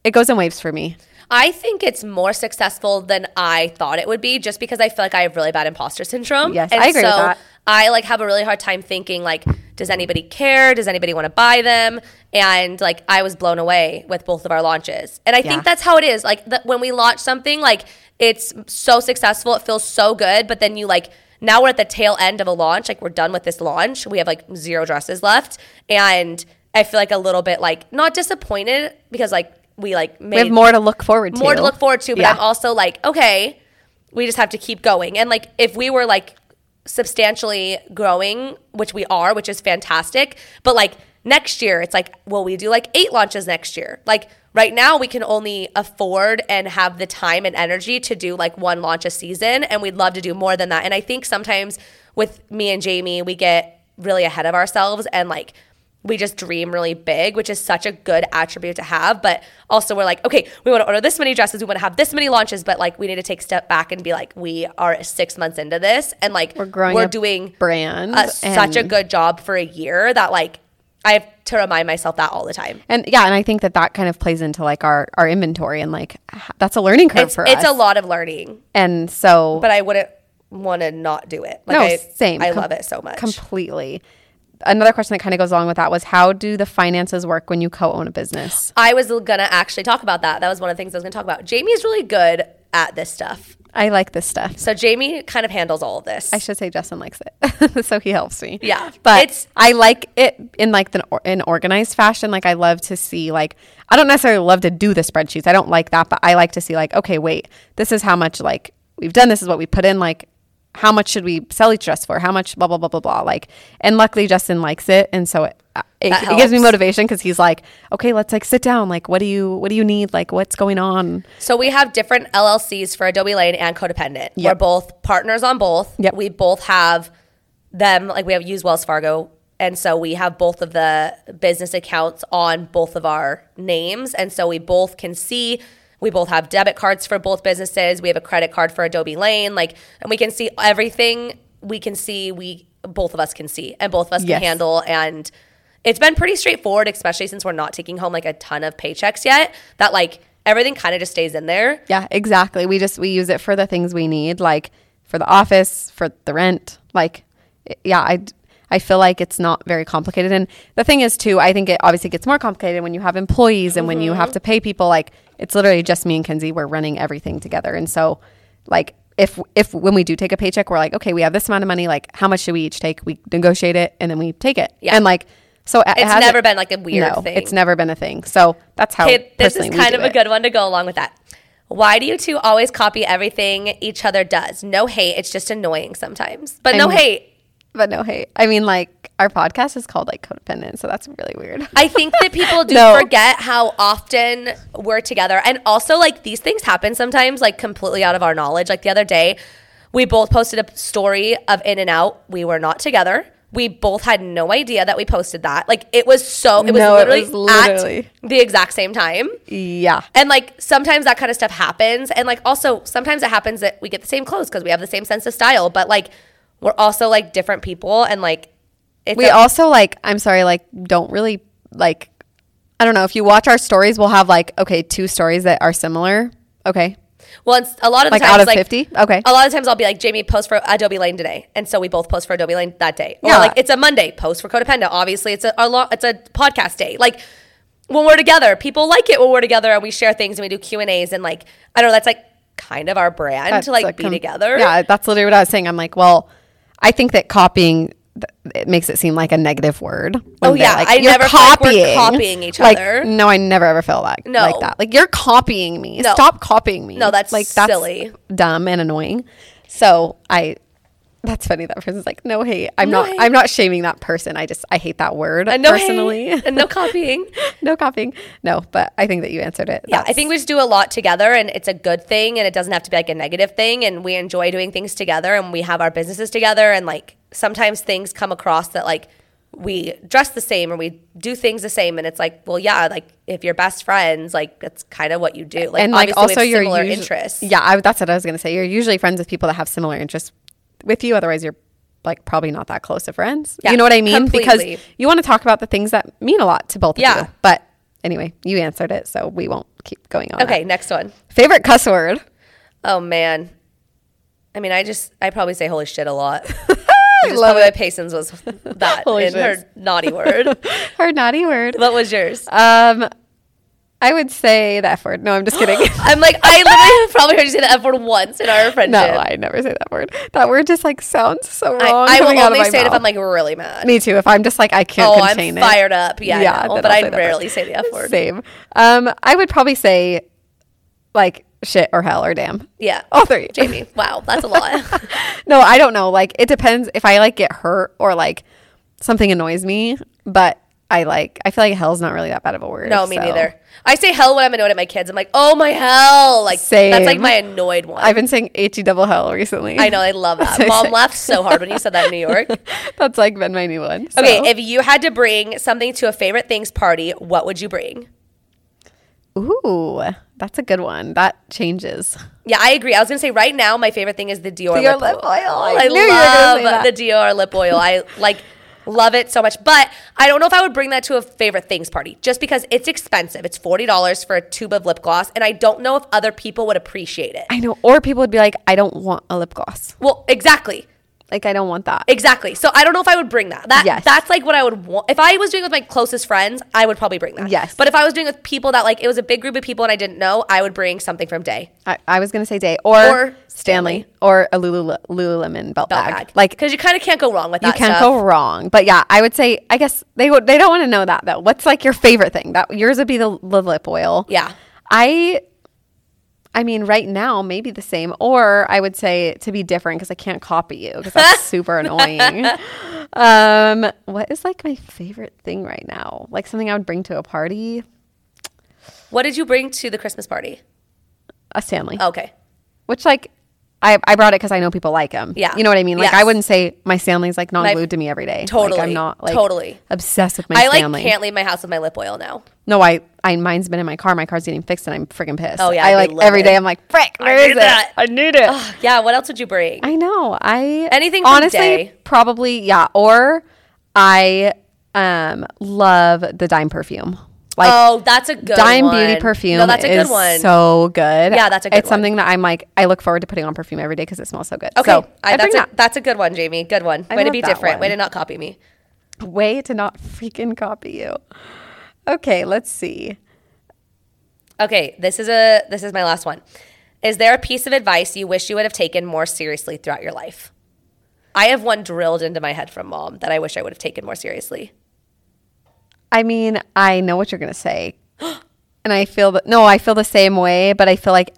it goes in waves for me. I think it's more successful than I thought it would be just because I feel like I have really bad imposter syndrome. Yes, I agree with that. I like have a really hard time thinking like, does anybody care? Does anybody want to buy them? And like, I was blown away with both of our launches, and I Yeah. think that's how it is. Like the, when we launch something, like it's so successful, it feels so good, but then you like now we're at the tail end of a launch. Like we're done with this launch. We have like zero dresses left, and I feel like a little bit like not disappointed because like we like made We have more to look forward to. more to look forward to. But Yeah. I'm also like, okay, we just have to keep going. And like, if we were like substantially growing, which we are, which is fantastic, but like next year, it's like, will we do like eight launches next year? Like, right now, we can only afford and have the time and energy to do like one launch a season. And we'd love to do more than that. And I think sometimes with me and Jamie, we get really ahead of ourselves and like, we just dream really big, which is such a good attribute to have. But also, we're like, okay, we want to order this many dresses, we want to have this many launches, but like, we need to take a step back and be like, we are six months into this, and like, we're growing we're a doing brand a- such a and- good job for a year that like. I have to remind myself that all the time. And yeah, and I think that that kind of plays into like our our inventory and like h- that's a learning curve It's, for it's us. a lot of learning, and so but I wouldn't want to not do it. Like no, I, same. I Com- love it so much. Completely. Another question that kind of goes along with that was how do the finances work when you co-own a business? I was gonna actually talk about that. That was one of the things I was gonna talk about. Jamie is really good at this stuff. I like this stuff. So Jamie kind of handles all of this. I should say Justin likes it, <laughs> so he helps me. Yeah, but it's- I like it in like the in organized fashion. Like I love to see like I don't necessarily love to do the spreadsheets. I don't like that, but I like to see like okay, wait, this is how much like we've done. This is what we put in. Like how much should we sell each dress for? How much blah blah blah blah blah. Like and luckily Justin likes it, and so it uh, it, That it gives me helps. motivation because he's like, okay, let's like sit down. Like what do you what do you need? Like what's going on? So we have different LLCs for Adobe Lane and Codependent. We're both partners on both. Yep. We both have them, like we have used Wells Fargo. And so we have both of the business accounts on both of our names. And so we both can see, we both have debit cards for both businesses. We have a credit card for Adobe Lane. Like, and we can see everything we can see, we both of us can see, and both of us Yes. can handle. And it's been pretty straightforward, especially since we're not taking home like a ton of paychecks yet, that like everything kind of just stays in there. Yeah, exactly. We just we use it for the things we need, like for the office, for the rent. Like, i- yeah, I d- I feel like it's not very complicated. And the thing is, too, I think it obviously gets more complicated when you have employees and when you Mm-hmm. have to pay people. Like, it's literally just me and Kenzie. We're running everything together, and so like if if when we do take a paycheck, we're like, okay, we have this amount of money. Like, how much should we each take? We negotiate it, and then we take it. Yeah. And like, so it It's hasn't- never been like a weird no, thing. It's never been a thing. So that's how. Okay, this is personally we kind do of a it. good one to go along with that. Why do you two always copy everything each other does? No hate, it's just annoying sometimes. But no I'm- hate. But no hate. I mean, like our podcast is called like codependent, so that's really weird. <laughs> I think that people do No. forget how often we're together. And also, like, these things happen sometimes, like, completely out of our knowledge. Like, the other day, we both posted a story of In and Out. We were not together. We both had no idea that we posted that. Like, it was so, it was, No, it literally, was literally- at the exact same time. yeah, And like sometimes that kind of stuff happens. And like also sometimes it happens that we get the same clothes because we have the same sense of style, but like we're also like different people and like it's we a- also like. I'm sorry, like don't really like. I don't know if you watch our stories, we'll have like okay, two stories that are similar. Okay, well it's, a lot of the Like, times out of like 50? Okay. A lot of times I'll be like Jamie post for Adobe Lane today, and so we both post for Adobe Lane that day. Or Yeah. like it's a Monday post for Codependent. Obviously it's a, a lo- it's a podcast day. Like when we're together, people like it when we're together and we share things and we do Q and A's and like I don't know that's like kind of our brand That's to like a be com- together. Yeah, that's literally what I was saying. I'm like, well, I think that copying. th- It makes it seem like a negative word. when Oh, they're yeah, I "You're never feel like we're copying each Like, other. No, I never ever feel that No. like that. Like you're copying me. No. Stop copying me. No, that's like silly. dumb and annoying. So I, that's funny. That person's like, no hate. I'm No not. hate. I'm not shaming that person. I just I hate that word And no hate personally. and no copying. <laughs> no copying. No, but I think that you answered it. Yeah, I think we just do a lot together and it's a good thing and it doesn't have to be like a negative thing and we enjoy doing things together and we have our businesses together and like sometimes things come across that like we dress the same or we do things the same and it's like, well, yeah, like if you're best friends, like that's kind of what you do. Like and like obviously also we have your similar usu- interests. Yeah, I, that's what I was gonna say. You're usually friends with people that have similar interests with you. Otherwise, you're like probably not that close of friends. Yeah, you know what I mean? completely. Because you want to talk about the things that mean a lot to both Yeah. of you. But anyway, you answered it, so we won't keep going on. Okay, that. next one. Favorite cuss word? Oh man. I mean, I just I probably say holy shit a <laughs> lot. I love probably it. Payson's was that <laughs> Holy in shit. her naughty <laughs> word. Her naughty word. what was yours? Um, I would say the F word. No, I'm <gasps> just kidding. I'm like, I literally have probably heard you say the F word once in our no, friendship. I never say that word. That word just like sounds so wrong. I, I will coming out of only my say it if mouth. I'm like really mad. Me too. If I'm just like I can't oh, I'm contain it. fired up. Yeah, I know. then but I'll I say that rarely word. say the F word. Same. Um, I would probably say like shit or hell or damn. Yeah. All three. <laughs> Jamie, wow, that's a lot. <laughs> no, I don't know. Like it depends if I like get hurt or like something annoys me, but I like I feel like hell's not really that bad of a word. no, me so. neither. I say hell when I'm annoyed at my kids. I'm like, oh my hell, like that's like Same. my annoyed one. I've been saying H E double hell recently. I know, I love that. That's what I Mom say. laughed so hard when you said that in New York. <laughs> That's like been my new one. <laughs> so. Okay, if you had to bring something to a favorite things party, what would you bring? Ooh, that's a good one. That changes. Yeah, I agree. I was gonna say right now, my favorite thing is the Dior, Dior lip, lip oil. I I knew you were gonna say love that. the Dior lip oil. I like Love it so much. But I don't know if I would bring that to a favorite things party just because it's expensive. It's $40 for a tube of lip gloss, and I don't know if other people would appreciate it. I know. Or people would be like, I don't want a lip gloss. Well, exactly. Like, I don't want that. Exactly. So I don't know if I would bring that. That Yes. that's like what I would want. If I was doing it with my closest friends, I would probably bring that. Yes. But if I was doing it with people that like it was a big group of people and I didn't know, I would bring something from Day I, I was going to say Day or, Or Stanley, or a Lulul- Lululemon belt, belt bag. bag. Like, because you kind of can't go wrong with you that. can't stuff. go wrong. But yeah, I would say, I guess they would, they don't want to know that though. What's like your favorite thing? That Yours would be the, the lip oil. Yeah. I I mean, right now, maybe the same, or I would say to be different because I can't copy you <laughs> because that's super annoying. Um, what is like my favorite thing right now? Like something I would bring to a party? What did you bring to the Christmas party? A Stanley, Okay. which like I, I brought it because I know people like them. Yeah. you know what I mean. Like Yes. I wouldn't say my Stanley's like non glued to me every day. Like, Totally. I'm not like Totally. obsessed with my I like Stanley. can't leave my house with my lip oil now. No, I, I mine's been in my car. My car's getting fixed, and I'm freaking pissed. Oh, yeah, I they like love every it. day. I'm like, frick, where is need it? that. I need it. Yeah, what else would you bring? I know. I Anything from honestly Day. probably yeah. Or I um love the dime perfume. Like oh, that's a good dime one. beauty perfume. No, that's a is good one. So good. Yeah, that's a good It's something that I'm like I look forward to putting on perfume every day because it smells so good. okay, so, I, I that's bring a, that. that's a good one, Jamie. Good one. Way to love be that different. Way one. to not copy me. way to not freaking copy you. Okay, let's see. Okay, this is a this is my last one. Is there a piece of advice you wish you would have taken more seriously throughout your life? I have one drilled into my head from mom that I wish I would have taken more seriously. I mean, I know what you're <gasps> gonna say, and I feel that no, I feel the same way, but I feel like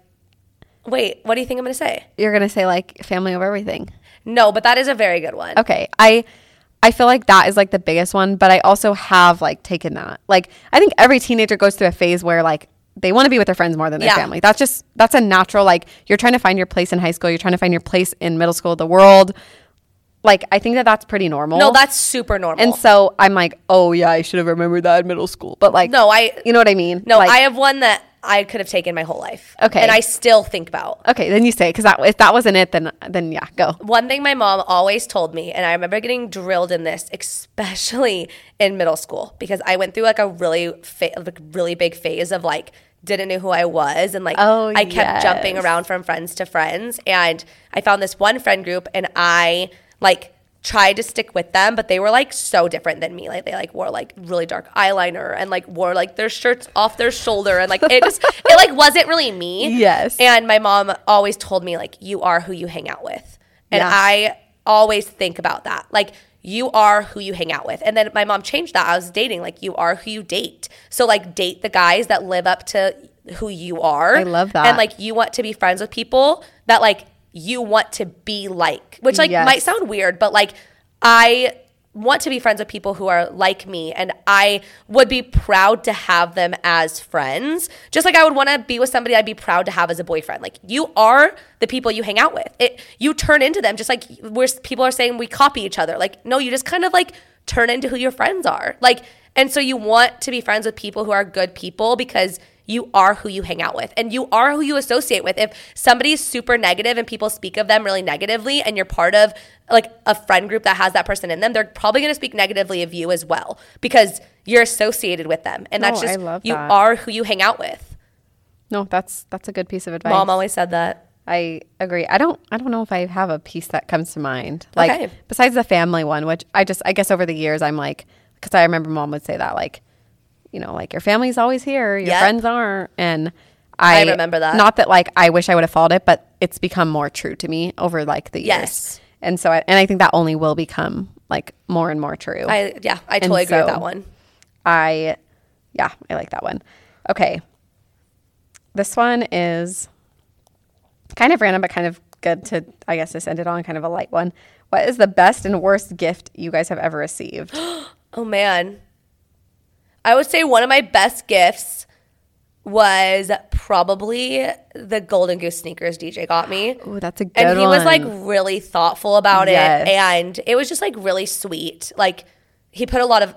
Wait, what do you think I'm going to say? you're gonna say like family over everything. No, but that is a very good one. okay i i feel like that is like the biggest one but i also have like taken that like i think every teenager goes through a phase where like they want to be with their friends more than their Yeah. family that's just that's a natural like you're trying to find your place in high school you're trying to find your place in middle school the world like i think that that's pretty normal No, that's super normal. and so i'm like oh yeah i should have remembered that in middle school but like No, I- you know what i mean no, Like, I have one that I could have taken my whole life. Okay. And I still think about. okay then you say because that if that wasn't it then then yeah go One thing my mom always told me, and I remember getting drilled in this, especially in middle school, because I went through like a really, fa- like really big phase of like didn't know who I was, and like Oh, I kept yes. jumping around from friends to friends, and I found this one friend group, and I like tried to stick with them, but they were like so different than me. Like they like wore like really dark eyeliner and like wore like their shirts off their shoulder, and like it <laughs> just it like wasn't really me. Yes. And my mom always told me, like, you are who you hang out with. And Yeah. I always think about that. Like, you are who you hang out with. And then my mom changed that. I was dating, like, you are who you date. So, like, date the guys that live up to who you are. I love that. And, like, you want to be friends with people that, like, you want to be like, which, like, Yes. might sound weird, but, like, I want to be friends with people who are like me and I would be proud to have them as friends. Just like I would want to be with somebody I'd be proud to have as a boyfriend. Like you are the people you hang out with. It you turn into them just like where people are saying we copy each other. Like no, you just kind of like turn into who your friends are. Like and so you want to be friends with people who are good people because you are who you hang out with and you are who you associate with. If somebody's super negative and people speak of them really negatively and you're part of like a friend group that has that person in them, they're probably going to speak negatively of you as well because you're associated with them. And that's No, Oh, I just love you that. are who you hang out with. no that's that's a good piece of advice Mom always said that. I agree. I don't. I don't know if I have a piece that comes to mind. Like Okay. besides the family one, which I just. I guess over the years, I'm like, because I remember mom would say that, like, you know, like your family's always here, your Yep. friends aren't, and I, I remember that. Not that like I wish I would have followed it, but it's become more true to me over like the years. Yes. And so, I, and I think that only will become like more and more true. I yeah, I And totally agree with so- that one. I, yeah, I like that one. Okay. This one is kind of random, but kind of good to, I guess, just end it on kind of a light one. What is the best and worst gift you guys have ever received? Oh man. I would say one of my best gifts was probably the Golden Goose sneakers DJ got me. <gasps> <gasps> <gasps> Ooh, that's a good and he was like one. really thoughtful about Yes. it and it was just like really sweet like he put a lot of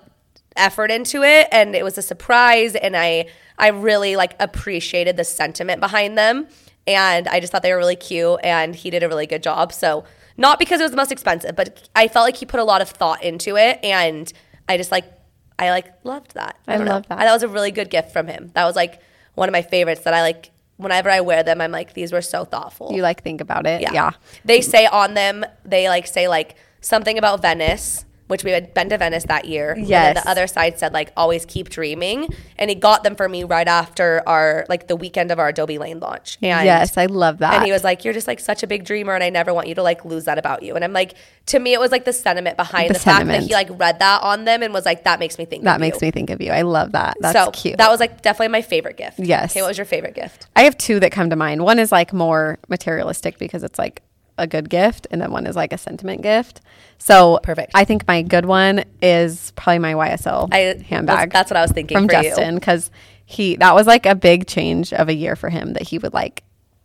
effort into it and it was a surprise and i i really like appreciated the sentiment behind them And I just thought they were really cute and he did a really good job. So, not because it was the most expensive, but I felt like he put a lot of thought into it and I just like I like loved that. I don't know. love that. That was a really good gift from him. That was like one of my favorites that I like whenever I wear them I'm like these were so thoughtful. You like think about it. Yeah. They say on them, they like say like something about Venice, which we had been to Venice that year. And then Yes. the other side said like always keep dreaming. And he got them for me right after our like the weekend of our Adobe Lane launch. And yes, I love that. and he was like, "You're just like such a big dreamer, and I never want you to like lose that about you." And I'm like, to me, it was like the sentiment behind The the, fact that sentiment. he like read that on them and was like, "That makes me think." that makes me think of you. I love that. That's so cute. That was like definitely my favorite gift. Yes. Okay, what was your favorite gift? I have two that come to mind. One is like more materialistic because it's like a good gift, and then one is like a sentiment gift. So Perfect. I think my good one is probably my YSL I handbag. that's what I was thinking from for you. Justin because he that was like a big change of a year for him that he would like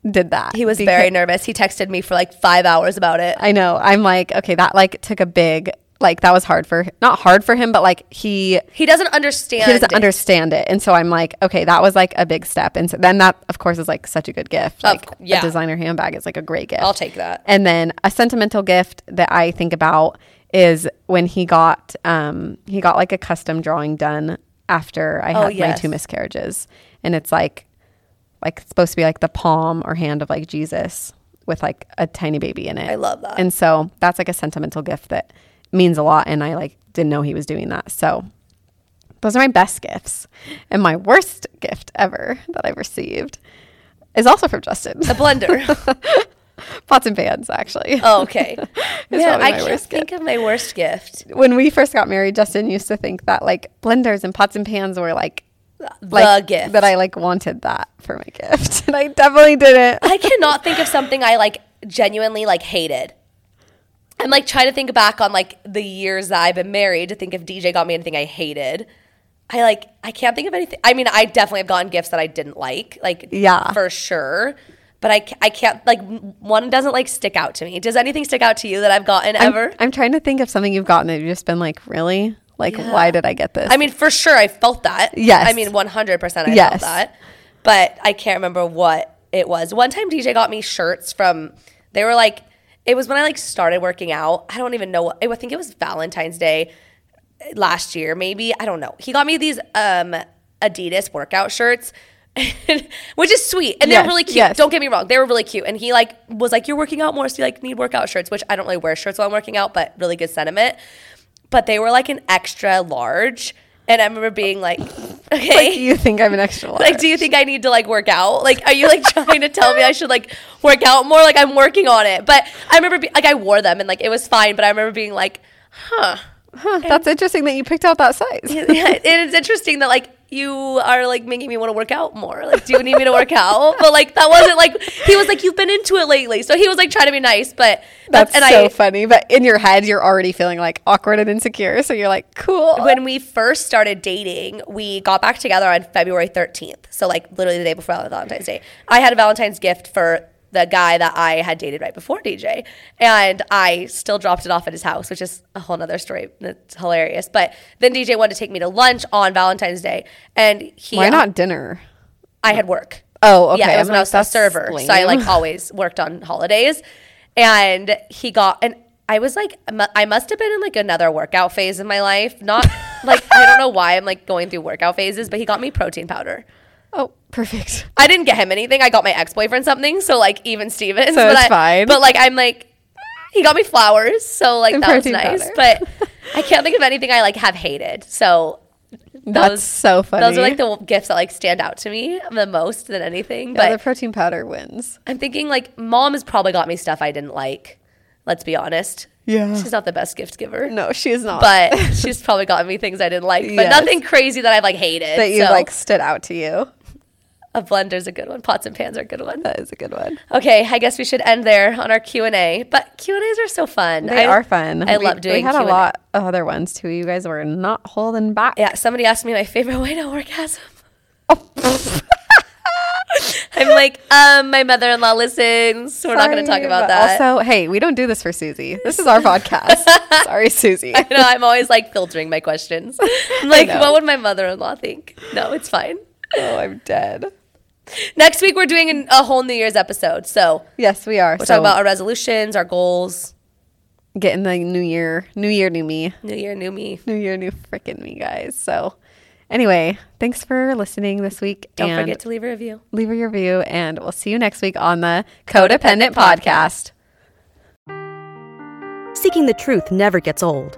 did that. He was Beca- very nervous. He texted me for like five hours about it. I know. I'm like okay, that like took a big like that was hard for not hard for him, but like he He doesn't understand. he doesn't it. understand it. And so I'm like, okay, that was like a big step. And so then that, of course, is like such a good gift. Of Like cou- yeah. a designer handbag is like a great gift. I'll take that. And then a sentimental gift that I think about is when he got um he got like a custom drawing done after I had Oh, yes. my two miscarriages. And it's like like it's supposed to be like the palm or hand of like Jesus with like a tiny baby in it. I love that. And so that's like a sentimental gift that means a lot and I like didn't know he was doing that. So those are my best gifts. And my worst gift ever that I've received is also from Justin. The blender. <laughs> Pots and pans, actually. oh, okay. Man, probably I my can't worst think of my worst gift. When we first got married, Justin used to think that like blenders and pots and pans were like like, the gift That I like wanted that for my gift. <laughs> And I definitely didn't. I cannot think of something I like genuinely like hated. I'm like trying to think back on like the years that I've been married to think if DJ got me anything I hated. I like I can't think of anything. I mean, I definitely have gotten gifts that I didn't like, like Yeah. for sure. But I, ca- I can't like m- one doesn't like stick out to me. Does anything stick out to you that I've gotten I'm- <laughs> ever? I'm, trying to think of something you've gotten that you've just been like, really? Like, why did I get this? <laughs> I mean, for sure, I felt that. Yes. I mean, 100% I felt Yes. that. But I can't remember what it was. One time, DJ got me shirts from, they were like, it was when I like started working out. I don't even know what, I think it was Valentine's Day last year, maybe. I don't know. He got me these um, Adidas workout shirts. <laughs> which is sweet and they're Yes, really cute yes. don't get me wrong they were really cute and he like was like you're working out more so you like need workout shirts which i don't really wear shirts while i'm working out but really good sentiment but they were like an extra large. And I remember being <laughs> like, <laughs> like, okay. Like, you think I'm <laughs> an extra large. do you think I need to like work out? Like, are you like trying to tell me I should like work out more? Like, I'm working on it. But I remember, be- like, I wore them and like it was fine. But I remember being like, huh. <laughs> Huh, that's interesting that you picked out that size. it is interesting that like you are like making me want to work out more. Like, do you need me to work out? But like, that wasn't like, he was like, you've been into it lately. So he was like trying to be nice. But <laughs> That's and so I, funny. But in your head, you're already feeling like awkward and insecure. So you're like, cool. when we first started dating, we got back together on February 13th. So, like, literally the day before Valentine's Day. I had a Valentine's gift for the guy that I had dated right before DJ. And I still dropped it off at his house, which is a whole nother story. That's hilarious. But then DJ wanted to take me to lunch on Valentine's Day. And he, Why not dinner? I had work. Oh, okay. Yeah, it I'm was when like, I was a that's server, so I lame. like always worked on holidays. And he got and I was like, mu- I must have been in like another workout phase in my life. Not like I don't know why I'm like going through workout phases, but he got me protein powder. <laughs> Oh, perfect. I didn't get him anything. I got my ex boyfriend something. So like even Stevens. So but it's I, fine. But like I'm like, he got me flowers. So like And that was protein nice. powder. <laughs> But I can't think of anything I like have hated. So. That's so Those funny. are like the gifts that like stand out to me the most than anything. Yeah, but the protein powder wins. I'm thinking like mom has probably got me stuff I didn't like. Let's be honest. Yeah. She's not the best gift giver. No, she is not. But she's probably gotten me things I didn't like. But Yes. nothing crazy that I've like hated. <laughs> that you So, like stood out to you. a blender's a good one. Pots and pans are a good one. That is a good one. Okay, I guess we should end there on our Q and A. But Q and A's are so fun. They I- are fun. I We- love doing. We had Q&A. a lot of other ones too. You guys were not holding back. Yeah, somebody asked me my favorite <laughs> way to orgasm. Oh. <laughs> I'm like, um, my mother-in-law listens. We're not going to talk Sorry, about but that. Also, hey, we don't do this for Susie. This <laughs> is our podcast. Sorry, Susie. you know, I'm always like filtering my <laughs> questions. I'm like, know. what would my mother in law think? No, it's fine. Oh, I'm dead. Next week we're doing an, a whole New Year's episode, so Yes, we are. we're talking about our resolutions, our goals, getting the new year, new year, new me, New Year, new me. new year, new freaking me, guys. So, anyway, thanks for listening this week. Don't and forget to leave a review. leave a review, and we'll see you next week on the Codependent Podcast. Seeking the truth never gets old.